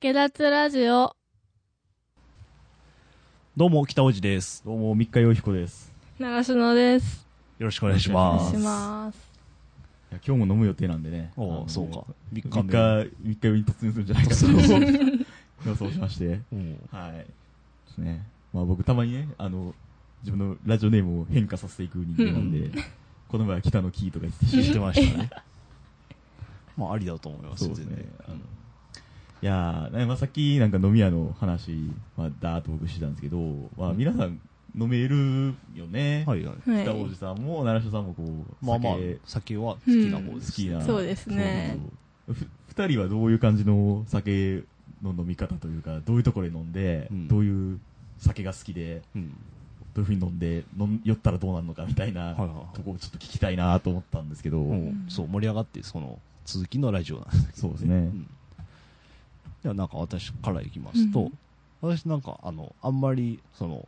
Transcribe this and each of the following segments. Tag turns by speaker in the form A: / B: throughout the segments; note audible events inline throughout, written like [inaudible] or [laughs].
A: 下脱ラジオ。
B: どうも、北尾路です。
C: どうも、三日陽彦です。
A: 長篠です。
B: よろしくお願いしま
C: あ
B: す。
A: します。
C: いや今日も飲む予定なんでね。あ
B: お
C: の
B: うそうか。。3
C: 3日、3日目に突入するんじゃないか
B: そうそう
C: と予 [laughs] 想しまして。はい。ですね。まあ僕たまにね、あの、自分のラジオネームを変化させていく人間なんで、この前は北のキーとか言って
B: 知ってましたね。まあ、ありだと思います、
C: そう
B: 全
C: ですね
B: 然。。
C: [laughs] あのいやー、ねまあ、さっきなんか飲み屋の話、まあ、だーっと僕してたんですけど、まあ皆さん飲めるよね。
B: はいはい。
A: は
C: 北王子
A: い。
C: さんも奈良下さんもこう、
B: まあまあ
C: 酒、
B: 酒は好きな方
C: 好
B: です。
C: きな。
A: そうですね
C: そうそうそう。ふ二人はどういう感じの酒の飲み方というか、どういうところで飲んで、
B: うん
C: どういう酒が好きで、
B: うん。
C: どういうふうに飲んで、飲ん酔ったらどうなるのかみたいな
B: はいはい
C: とこをちょっと聞きたいなと思ったんですけど、
B: うんそう、盛り上がって、その、続きのラジオなんですけど。
C: そうですね
B: んでは、なんか私からいきますと、私なんか、あの、あんまり、その、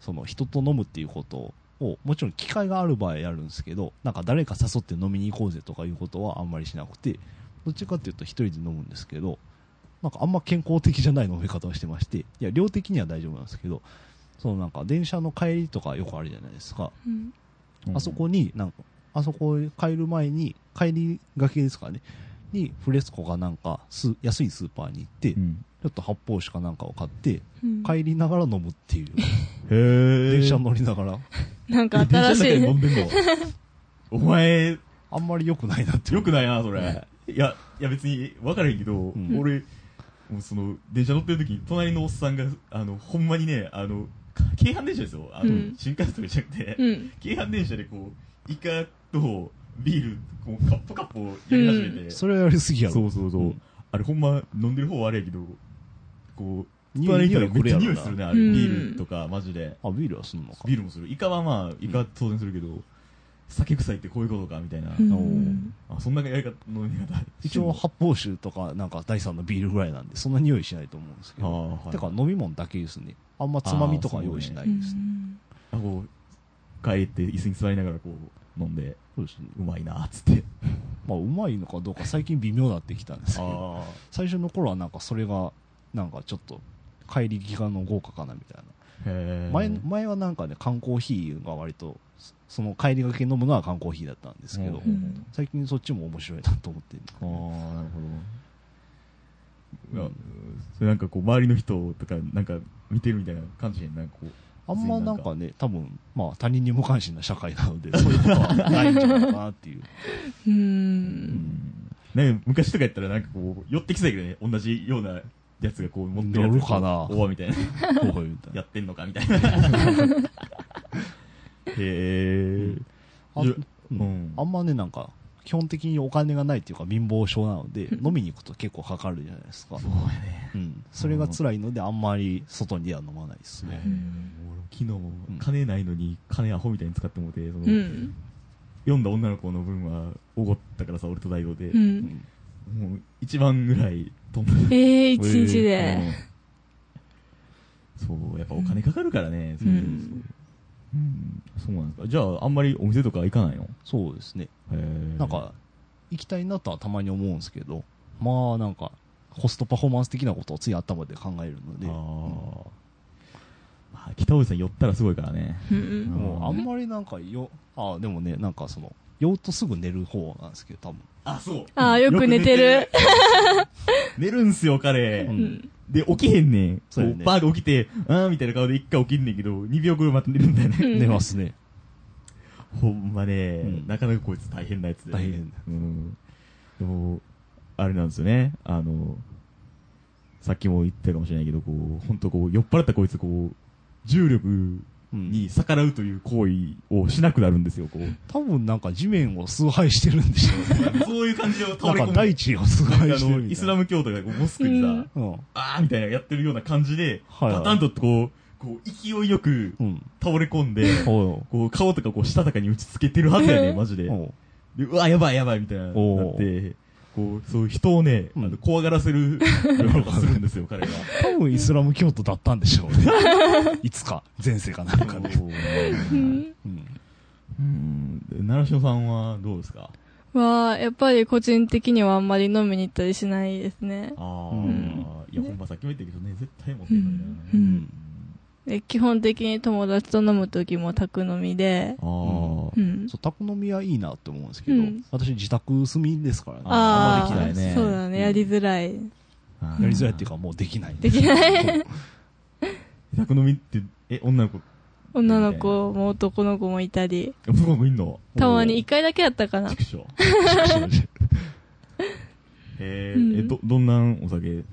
B: その、人と飲むっていうことを、もちろん機会がある場合やるんですけど、なんか誰か誘って飲みに行こうぜとかいうことはあんまりしなくて、どっちかっていうと一人で飲むんですけど、なんかあんま健康的じゃない飲み方をしてまして、いや、量的には大丈夫なんですけど、そのなんか電車の帰りとかよくあるじゃないですか。
A: うん
C: うん
B: あそこに、なんか、あそこへ帰る前に、帰りがけですからね、にフレスコかなんか、す安いスーパーに行って、
C: う
B: ち
C: ん
B: ょっと発泡酒かなんかを買って、
A: うん
B: 帰りながら飲むっていう、
C: へー
B: 電車乗りながら、
A: なんか
C: 電車
A: 新し
C: の中で
A: い
C: 飲んでんの
A: [laughs]
C: お前、
B: あんまり良くないなって。
C: よくないな、それ
B: ね。
C: いや、いや別に分からへんけど、
B: ん
C: 俺、もうその、電車乗ってる時に、隣のおっさんが、あの、ほんまにね、あの、か京阪電車ですよ。あの、
A: うん
C: 新幹線とかじゃなくて、
A: うん。
C: 京阪電車でこう、イカとビール、こう、カッポカッポやり始めて。
A: う
B: それはやりすぎやろ。
C: そうそうそう。
B: うん
C: あれほんま、飲んでる方はあれやけど、こう、
B: 匂い
C: 隣の人がめっちゃ匂いするね、あれ。
A: うん
C: ビールとか、マジで。
B: あ、ビールはすんのか。
C: ビールもする。イカはまあ、イカは当然するけど、酒臭いってこういうことか、みたいな。
A: うん
B: あの
C: あ、そんなやり方、飲み方。
B: 一応発泡酒とか、なんか第三のビールぐらいなんで、そんな匂いしないと思うんですけ
C: ああ、
B: ど。
C: はい。
B: てか飲み物だけですね。あんまつまみとか用意しな
A: う
B: いですね。
A: ん
C: あこう、帰って椅子に座りながらこう、飲んで、
B: そうですね。
C: うまいな、つって。
B: まあ、うまいのかどうか最近微妙になってきたんですけど。
C: あ
B: 最初の頃はなんかそれがなんかちょっと帰り際の豪華かなみたい
C: あ。へ
B: な前
C: え。
B: 前はなんかね缶コーヒーが割とそその帰りがけ飲むのは缶コーヒーだったんですけど
C: うん
B: 最近そっちも面白いなと思ってる
C: ああ、なるほど。いや、それなんかこう、周りの人とか、なんか見てるみたいな感じで、なんかこう、
B: あんまなんかね多分まあ他人に無関心な社会なの [laughs] でそういうことはないんじゃないかなっていう
A: う。
C: うんん。ね、昔とかやったらなんかこう、寄ってきてたけどね、同じようなやつがこう、持ってるやつ
B: 乗るかな
C: おわ、みたいな。 [laughs]
B: こういうみたいな
C: やってんのか、みた
B: [laughs]
C: いな。へえ。
B: あ
C: いや
B: う
C: うんん
B: あんまねなんか基本的にお金がないっていうか貧乏症なので飲みに行くと結構かかるじゃないですか
C: そうやね。
B: うん、それが辛いのであんまり外には飲まないですね、
C: もう俺昨日も金ないのに金アホみたいに使ってもうて、その
A: うん。
C: 読んだ女の子の分はおごったからさ俺と大道で、
A: う。
B: うんん
C: もう1万ぐらい飛ん
A: え
C: だ
A: ー、 [laughs] 一日で。
C: うんそうやっぱお金かかるからね、
A: う
C: そ
A: ん
C: うそうそううんそうなんですかじゃああんまりお店とか行かないのへ
B: そうですね
C: え
B: なんか行きたいなとはたまに思うんですけどまあなんかコストパフォーマンス的なことをつい頭で考えるの
C: あ
B: で
C: ー、まあ北大路さん寄ったらすごいからね
A: うん
B: もうあんまりなんかよあでもねなんかその酔うとすぐ寝る方なんですけど多分
C: あそう
A: あーよく寝てる。
C: 寝る [laughs] んすよ彼、
B: うん
C: で、起きへんねん。
B: そうやね
C: こバーで起きて、あーみたいな顔で一回起きんねんけど、2秒後また寝るんだよね。
B: 寝ますね
C: [laughs] ほんまね、
B: うん
C: なかなかこいつ大変なやつで、
B: 大変
C: うん。でも、あれなんですよね。あの、さっきも言ったかもしれないけど、こう、ほんとこう、酔っ払ったこいつ、こう、重力に逆らうという行為をしなくなるんですよ、こう。
B: 多分なんか地面を崇拝してるんでしょうね
C: [laughs] そういう感じで倒
B: なん
C: れ込
B: か
C: む。
B: 大地を崇
C: なんか
B: 拝
C: あ
B: して
C: の、
B: るみ
C: イ
B: たい
C: ス
B: な
C: ラム教徒がこうモスクにさ、
A: うん
B: うん
C: あーみたいなやってるような感じで、
B: はいはい
C: パタンとこう、こう、勢いよく
B: うん
C: 倒れ込んで、
B: おう
C: こう、顔とかこう、したたかに打ちつけてるはずやね、
A: うん
C: マジで。
B: おう
C: で、うわ、やばいやばい、みたいな、な
B: おう
C: って、こう、そう、人をね、あ
B: うん
C: の怖がら
A: [laughs]
C: せる、するんですよ、彼が。
B: 多分イスラム教徒だったんでしょうね。
A: [laughs]
B: いつか、前世かなんかで。
C: う
A: うん
C: ん。奈良塩さんはどうですか
A: は、やっぱり個人的にはあんまり飲みに行ったりしないですね。
C: ああ、
B: うん
C: いや、ほんまさっきも言ったけどね、絶対持ってないからね。
A: うん
B: うん
A: で基本的に友達と飲むときも宅飲みで、
C: ああ、
A: うん。
B: そう、宅飲みはいいなって思うんですけど、
A: うん
B: 私自宅住みですからね。
C: あ
A: ああ
C: ーあんまりできないね
A: そうだ
C: うん
A: ね。やりづらい。
C: あー
B: やりづらいっていうか、もうできない。
A: できない。
C: 宅飲みって、え、女の子、
A: 女の子も男の子もいたり、
C: 男の子いんの
A: たまに一回だけやった
C: [laughs]
A: かな。
C: 畜生。へえ、
A: うん
C: え、ど、どんなんお酒なんよく飲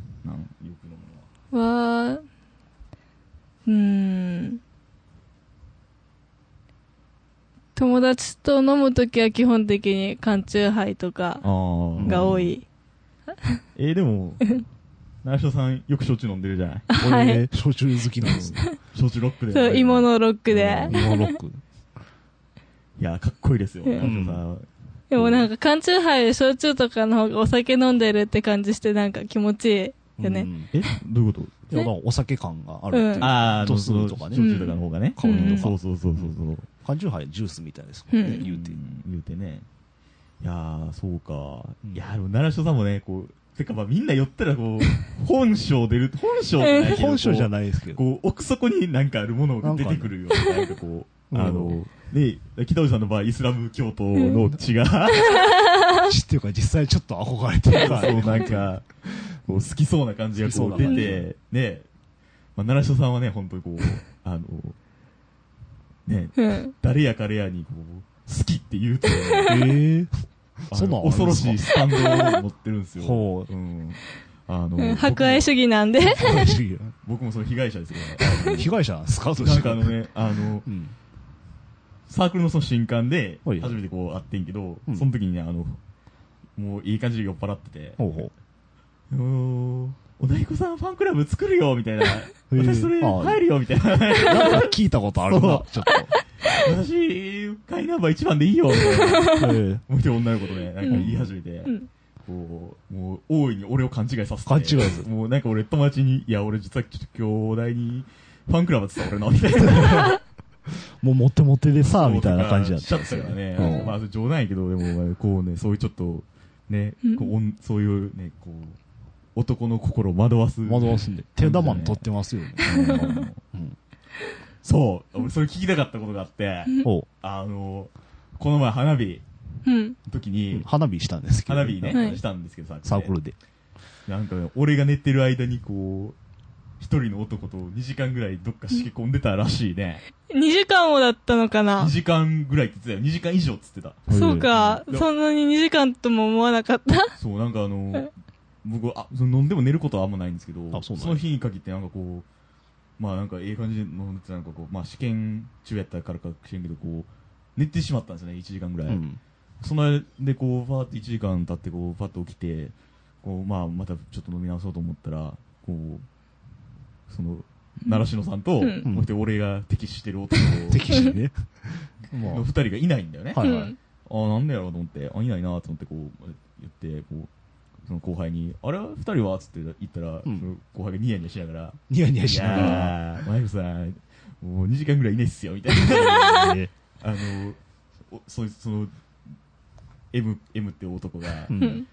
C: むのは。
A: は、うーん。友達と飲むときは基本的に缶チューハイとか
C: あ
A: が多。い。
C: えーでも、 [laughs] 内緒さんよく焼酎飲んでるじゃ
A: [laughs]
C: な
A: はい
B: 俺
C: い
B: ね、焼酎好きなんですよ。
C: 焼酎ロックで。
A: そう、芋。のロックで
C: う。
B: 芋ロック。
C: いや、かっこいいですよ、
A: うん
C: 内緒さん。
A: でもなんか缶チューハイで焼酎とかの方がお酒飲んでるって感じしてなんか気持ちいいよ
B: う
A: ね。
B: ん
C: え、どういうこと
B: いやだからお酒感があるっていううん
C: ああ、
B: 度
C: その
B: 数とかね
C: 焼酎とかの方がね。
A: 香りとか
C: そうそうそうそうそう。
B: 缶チューハイジュースみたいですもんね、
A: うん
B: 言うて。
C: ん言うてね。いやー、そうか
B: う。ん
C: いやー、でも、奈良署さんもね、こう、てかまあみんな寄ったら
B: [laughs]
C: こう、本性出る、本性じゃないけど
B: 本性じゃ
C: い。
B: ないですけど。
C: こう、奥底になんかあるものが出てくるよ。なんかこう、
B: うん
C: あの、ね、北尾さんの場合、イスラム教徒の血が、 [laughs]
B: 知っていうか実際ちょっと憧れてるから
C: そ
B: ね、
C: う、なんか、こう好きそうな感じがこ
B: 好き
C: う
B: そう
C: 出
B: な感じ
C: て、ね、まあ、奈良署さんはね、本当にこう、あの、ね、
A: うん。
C: 誰や彼やにこう、好きって言う
B: [laughs]
C: と、
B: ええ
C: あの
B: そんなんあるんですか
C: 恐ろしいスタンドを持ってるんですよ。
B: ほう
C: うん。
A: う
C: あの、
A: ん
C: 僕
A: 博愛主義なんで。
C: 僕もその被害者ですけ
B: ー被害者なんですか
C: ど、
B: どう
C: な
B: し
C: ん
B: て
C: かあのね、あの、
B: うん。
C: サークルのその新刊で、
B: はい
C: 初めてこう会ってんけど
B: う、ん
C: その時にね、あの、もういい感じで酔っ払ってて、
B: ほうほ
C: おーおだいこさんファンクラブ作るよ
B: [laughs]
C: みたいな、
B: ー
C: 私それ入るよみたいな、
B: う。なんか聞いたことあるな、ちょ
C: そ
B: っと。
C: 私、会ナンバー一番でいいよみたいな、
B: ええ
C: もう一人女の子とね、なんか言い始めて、
A: ん
C: こう、もう大いに俺を勘違いさせて。
B: 勘違いす
C: もうなんか俺友達に、いや俺実はちょっと兄弟に、ファンクラブって言ったら俺の、みたいな。
B: [laughs] もうモテモテでさ、みたいな感じだっ
C: しち
B: た
C: ゃ
B: ん
C: っ
B: です
C: た
B: よ
C: からね。
B: うん
C: まあ冗談やけど、でもこうね、そういうちょっと、ね、こうおんそういうね、こう、男の心を惑わす。
B: 惑わすんで。手玉に取ってますよね。
C: うん
B: うん
C: そう、俺それ聞きたかったことがあって、
B: ほ
C: あの、この前花火
A: うん。
C: の
B: う
C: 時
B: うん
C: に、
B: 花火したんですけど。
C: 花火ね、
A: はい
C: したんですけどさ、
B: サークルで。
C: なんかね、俺が寝てる間にこう、一人の男と2時間ぐらいどっかしけ込んでたらしいね。
A: 2時間もだったのか
C: 2
A: な。
C: 時間ぐらいって言ってたよ。2時間以上って言って
A: そうか
C: う。ん
A: そんなに2時間とも思わなかった。
C: た。そう、なんかあの、僕、あ、その飲んでも寝ることはあんまないんですけど、
B: あそうなんや
C: の日に限ってなんかこう、まあなんかええ感じで飲んでてなんかこう、まあ試験中やったからか知らんけど、こう、寝てしまったんですよね、1時間ぐらい。
B: うん。
C: その間でこう、ファーって1時間経ってこう、パッと起きて、こう、まあまたちょっと飲み直そうと思ったら、こう、その、奈良篠さんと、
A: うん
C: もう一人俺が敵視してる男
B: 敵地ね。ま
C: の二人がいないんだよね。
B: あ、はいは
A: う
B: い
A: ん。
C: ああ、なんでやろうと思って、あ、いないなと思ってこう、言って、こう、その後輩に、あれ二人はつって言ったら、
B: うん
C: その後輩がニヤニヤしながら、
B: [laughs] ニヤニヤ
C: い
B: しながら。
C: やー、マイクさん、もう2時間ぐらいいないっすよ、みたいな。
B: [laughs] え
C: あの、おそいその、M、M って男が、
B: えう
A: うんん。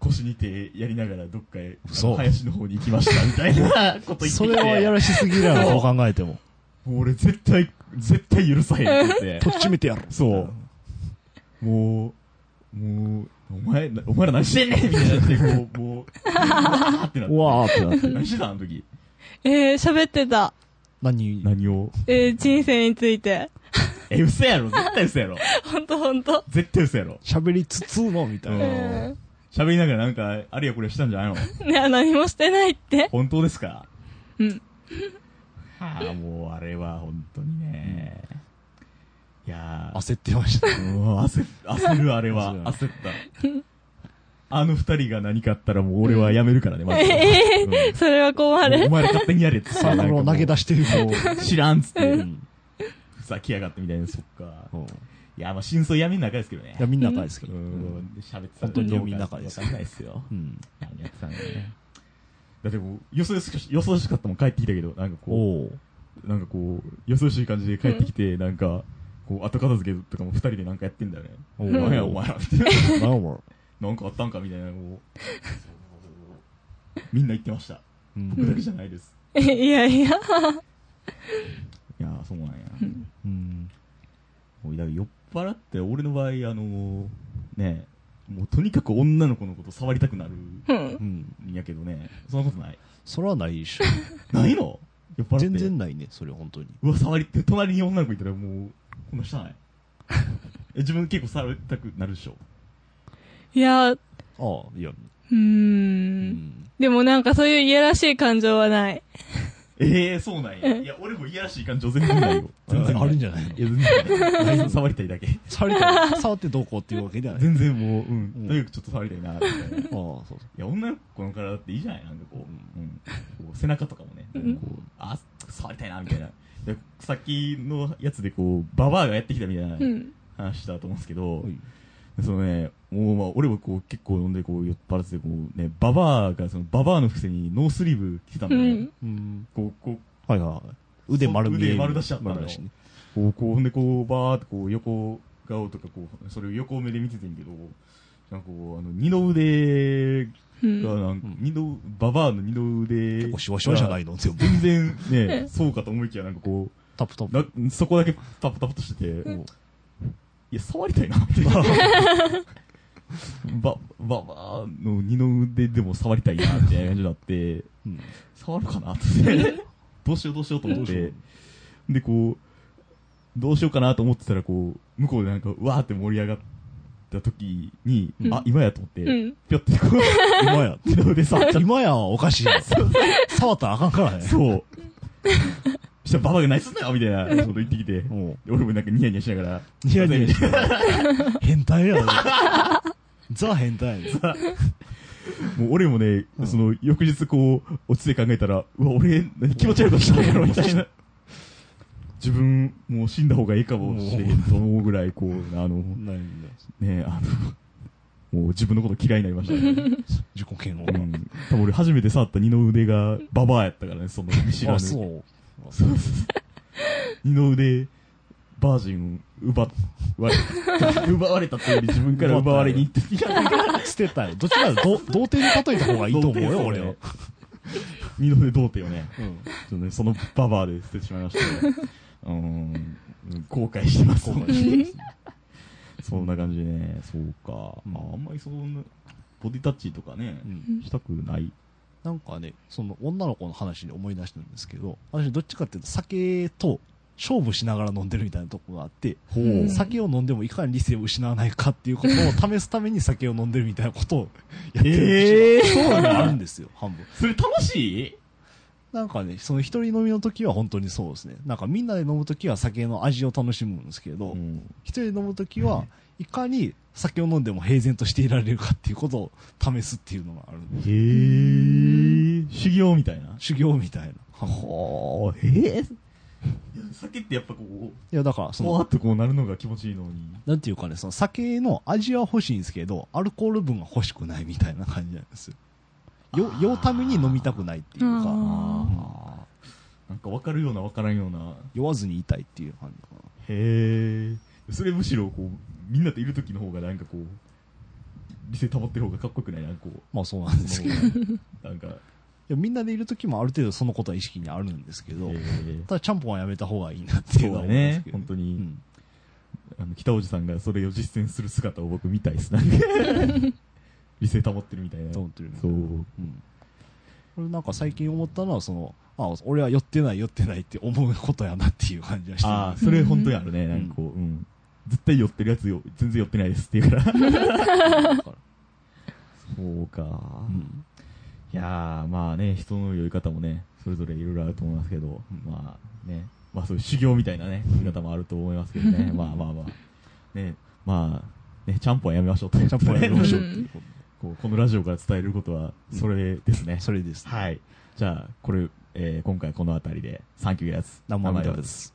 C: 腰に手やりながらどっかへ、あ
B: 嘘
C: の林の方に行きました、みた
B: [laughs]
C: いなこと言ってきて。
B: それはやらしすぎだろ、どう考えても。
C: もう俺絶対、絶対許さへ
B: [laughs]
C: んって言って
B: と。っちめてやる。
C: そう。もう、もう、お前、なお前ら何してんねんみたいになって、こう、も
B: [laughs]
C: う、あーってなっ
B: うわーってなって
C: て。。何してたあの時。
A: えー、喋ってた。
B: 何
C: 何を。
A: えー、人生について。
C: え、嘘やろ絶対嘘やろ
A: ほんとほんと。
C: 絶対嘘やろ
B: 喋りつつのみたいな。
A: うん。
C: 喋りながらなんか、あれやこれやしたんじゃないの
A: いや、何もしてないって。
C: 本当ですか
A: うん。
C: [laughs] はあ、もうあれは本当にね。いやー、
B: 焦ってました。
C: うわ焦っ焦るあれは。
B: [laughs] 焦
C: 焦った。あの二人が何かあったらもう俺はやめるからね、まず。うん
A: それは困
C: もうお
A: る。
C: 前ら勝手にやれって
B: サークルを投げ出してるも
C: て。知らんっつっ
B: う
C: て。
B: ん
C: ふざけやがってみたいな、そっか。
B: うんい
C: いや、まあ真相闇の中ですけどね。
B: や、みんな赤いですけ
C: う
B: ど。
C: ん、喋ってた
B: 本当に闇の中です
C: わかんないっすよ。
B: うん
C: 闇やってたんだよね。だってもう、予想しかし、予想しかったもん帰ってきたけど、なんかこ
B: おう
C: う、なんかこう、予想しい感じで帰ってきて、なんか、こう、後片付けとかも二人でなんかやってんだよね。
B: お
C: お前
B: 前
C: ら、お前ら、みたいな。
B: なお前
C: なんかあったんかみたいな、こう。みんな言ってました。
B: うん
C: 僕だけじゃないです。
A: [laughs] いやいや。
C: いやー、そうなんや。
B: うん
C: もうだから酔っ払って、俺の場合、あのねもうとにかく女の子のこと触りたくなる
A: うん
B: うん
C: んやけどね、そんなことない。
B: それはない [laughs] でしょ
C: ないの酔っ払って。
B: 全然ないねそれ本当に
C: うわ、触りって、隣に女の子いたらもう、こんなしたない。え自分結構触りたくなるでしょ。
A: いや、う
B: ああいや
A: ー。
B: うんん
A: でもなんかそういういやらしい感情はない。
C: ええー、そうなんや。いや、俺もいやらしい感情全
B: [laughs]
C: 然ないよ。全然
B: ああるんじゃないの
C: いや、全然ない。触りたい [laughs] だけ。
B: 触りたい触ってどうこうっていうわけではないあ
C: 全然もう、うん
B: う。ん
C: とにかくちょっと触りたいな、みたいな。い
B: あそうそう
C: や、女の子の体っていいじゃないなんかこう、うん。こう背中とかもね、
A: う
C: なんんかこう、あ、触りたいな、みたいな。で、さっきのやつでこう、ババアがやってきたみたいな
A: うん。
C: 話したと思うんですけど、
B: おい
C: そのね、もうまあ、俺もこう結構飲んでこう酔っ払っててこうね、ババアがそのババアの伏せにノースリーブ着てたん
A: う
C: だよね、
A: ん。
B: うん
C: こう、こう、
B: はいはい腕丸見え
C: 腕丸出しちゃったのよ
B: 丸出しね
C: こう、こう、ほんでこう、バーってこう横顔とかこう、それを横目で見ててんけど、なんかこう、あの、二の腕が
A: う。
C: なんんか、
B: うん
C: 二の、ババアの二の腕。。
B: 結構シワシワじゃないいの全部
C: 全然ね、そうかと思いきやなんかこう、
B: タプタプ
C: なそこだけタプタプとしてて、
B: ん
C: いや、触りたいな、
B: [laughs]
C: みたいな。ば、ばばの二の腕でも触りたいな、みたいな感じになって、
B: うん
C: 触るかな、って。どうしようどうしようと思っ
B: どうしよ
C: て、で、こう、どうしようかなと思ってたら、こう、向こうでなんか、うわーって盛り上がった時に、
A: うん
C: あ、今やと思って、
A: うん
C: ぴょってこう、
B: 今や
C: 二の腕触っちゃって、
B: 今やはおかしいやろ触ったらあかんからね
C: そう。そしたら、ばばが何すんだよみたいなこと言ってきて、
B: もう
C: で俺もなんかニヤニヤしながら、
B: ニヤニヤして変態 [laughs] やろザ変態やね
C: [laughs] もう俺もね、その、翌日こう、落ちて考えたら、うわ、俺、何気持ち悪いことしたんやろみたいな。自分、もう死んだ方がいいかもしれんと思うぐらい、こう、あの、
B: ないんだ
C: ね、あの、もう自分のこと嫌いになりましたね。
B: 自己嫌悪
C: う
B: が
C: ん。多分俺初めて触った二の腕がババアやったからね、その見知
B: あ
C: らぬ。。
B: そうう
C: 二の腕、バージン奪われ、 [laughs] 奪われたというより自分から奪われに行って、いや
B: 捨てたよどっち [laughs] かというと童貞に例えた方がいいと思うよ俺は。
C: [laughs] 二の腕童貞よね。
B: うん
C: ちょっとね、そのババアで捨ててしまいました、ね。うーん、後悔してます。
B: 後悔してます
C: そんな感じでね、そうか。
B: うん
C: まあ、あんまりそんな、ボディタッチとかね
B: う、ん
C: したくない。
B: なんかね、その女の子の話に思い出したんですけど、私どっちかっていうと酒と勝負しながら飲んでるみたいなとこがあって、
C: ほ
A: ううん
B: 酒を飲んでもいかに理性を失わないかっていうことを試すために酒を飲んでるみたいなことをやって
C: え
B: る
C: え
B: 節
C: そうな
B: が
C: んだ
B: あるんですよ、半分。
C: それ楽しい
B: なんかね、その一人飲みの時は本当にそうですね。なんかみんなで飲む時は酒の味を楽しむんですけど、一、人で飲む時はいかに酒を飲んでも平然としていられるかっていうことを試すっていうのがある。
C: へえ、修行みたいな。
B: 修行みたいな。半分
C: ほー、へえ。酒ってやっぱこう、
B: いや、だからそ
C: ふ
B: の、
C: わっとこうなるのが気持ちいいのに。
B: なんていうかね、その酒の味は欲しいんですけど、アルコール分が欲しくないみたいな感じなんですよ。よ、酔うために飲みたくないっていうか、
C: あー。なんかわかるようなわからんような。
B: 酔わずにいたいっていう感じかな。
C: へえ。それむしろこう、みんなといる時の方がなんかこう、理性保ってる方がかっこよくないなんかこう。
B: まあそうなんです [laughs] けど。い
C: なんか、
B: やみんなでいる時もある程度そのことは意識にあるんですけど
C: へ、ー
B: ただちゃんぽんはやめた方がいいなっていうのは思うんですけど。
C: そうだね本当に
B: うん
C: あの、北おじさんがそれを実践する姿を僕見たいですね。理性保ってるみたいな。
B: と
C: そ
B: 思ってる。
C: う。
B: うん。これなんか最近思ったのは、その、あ、俺は酔ってない酔ってないって思うことやなっていう感じはして
C: ああ、
B: る。
C: それ本当にあるね。なんかこう、うん。絶対酔ってるやつよ、全然酔ってないですって言うから。そうか。
B: うん
C: いやー、まあね、人の酔い方もね、それぞれいろいろあると思いますけど、まあね、まあそういう修行みたいなね、見方もあると思いますけどね、まあまあまあ、ね、まあ、ね、ちゃんぽんはやめましょうと。
B: [laughs]
C: ち
B: ちゃんぽんやめましょうっ
A: う
B: て
A: ん
B: いうこと。
C: こうこのラジオから伝えることは、それですね。
B: それです。
C: はい。じゃあ、これ、えー今回この辺りで、サンキューやつ。
B: 生
C: 生
B: み
C: で
B: た
C: す
B: です。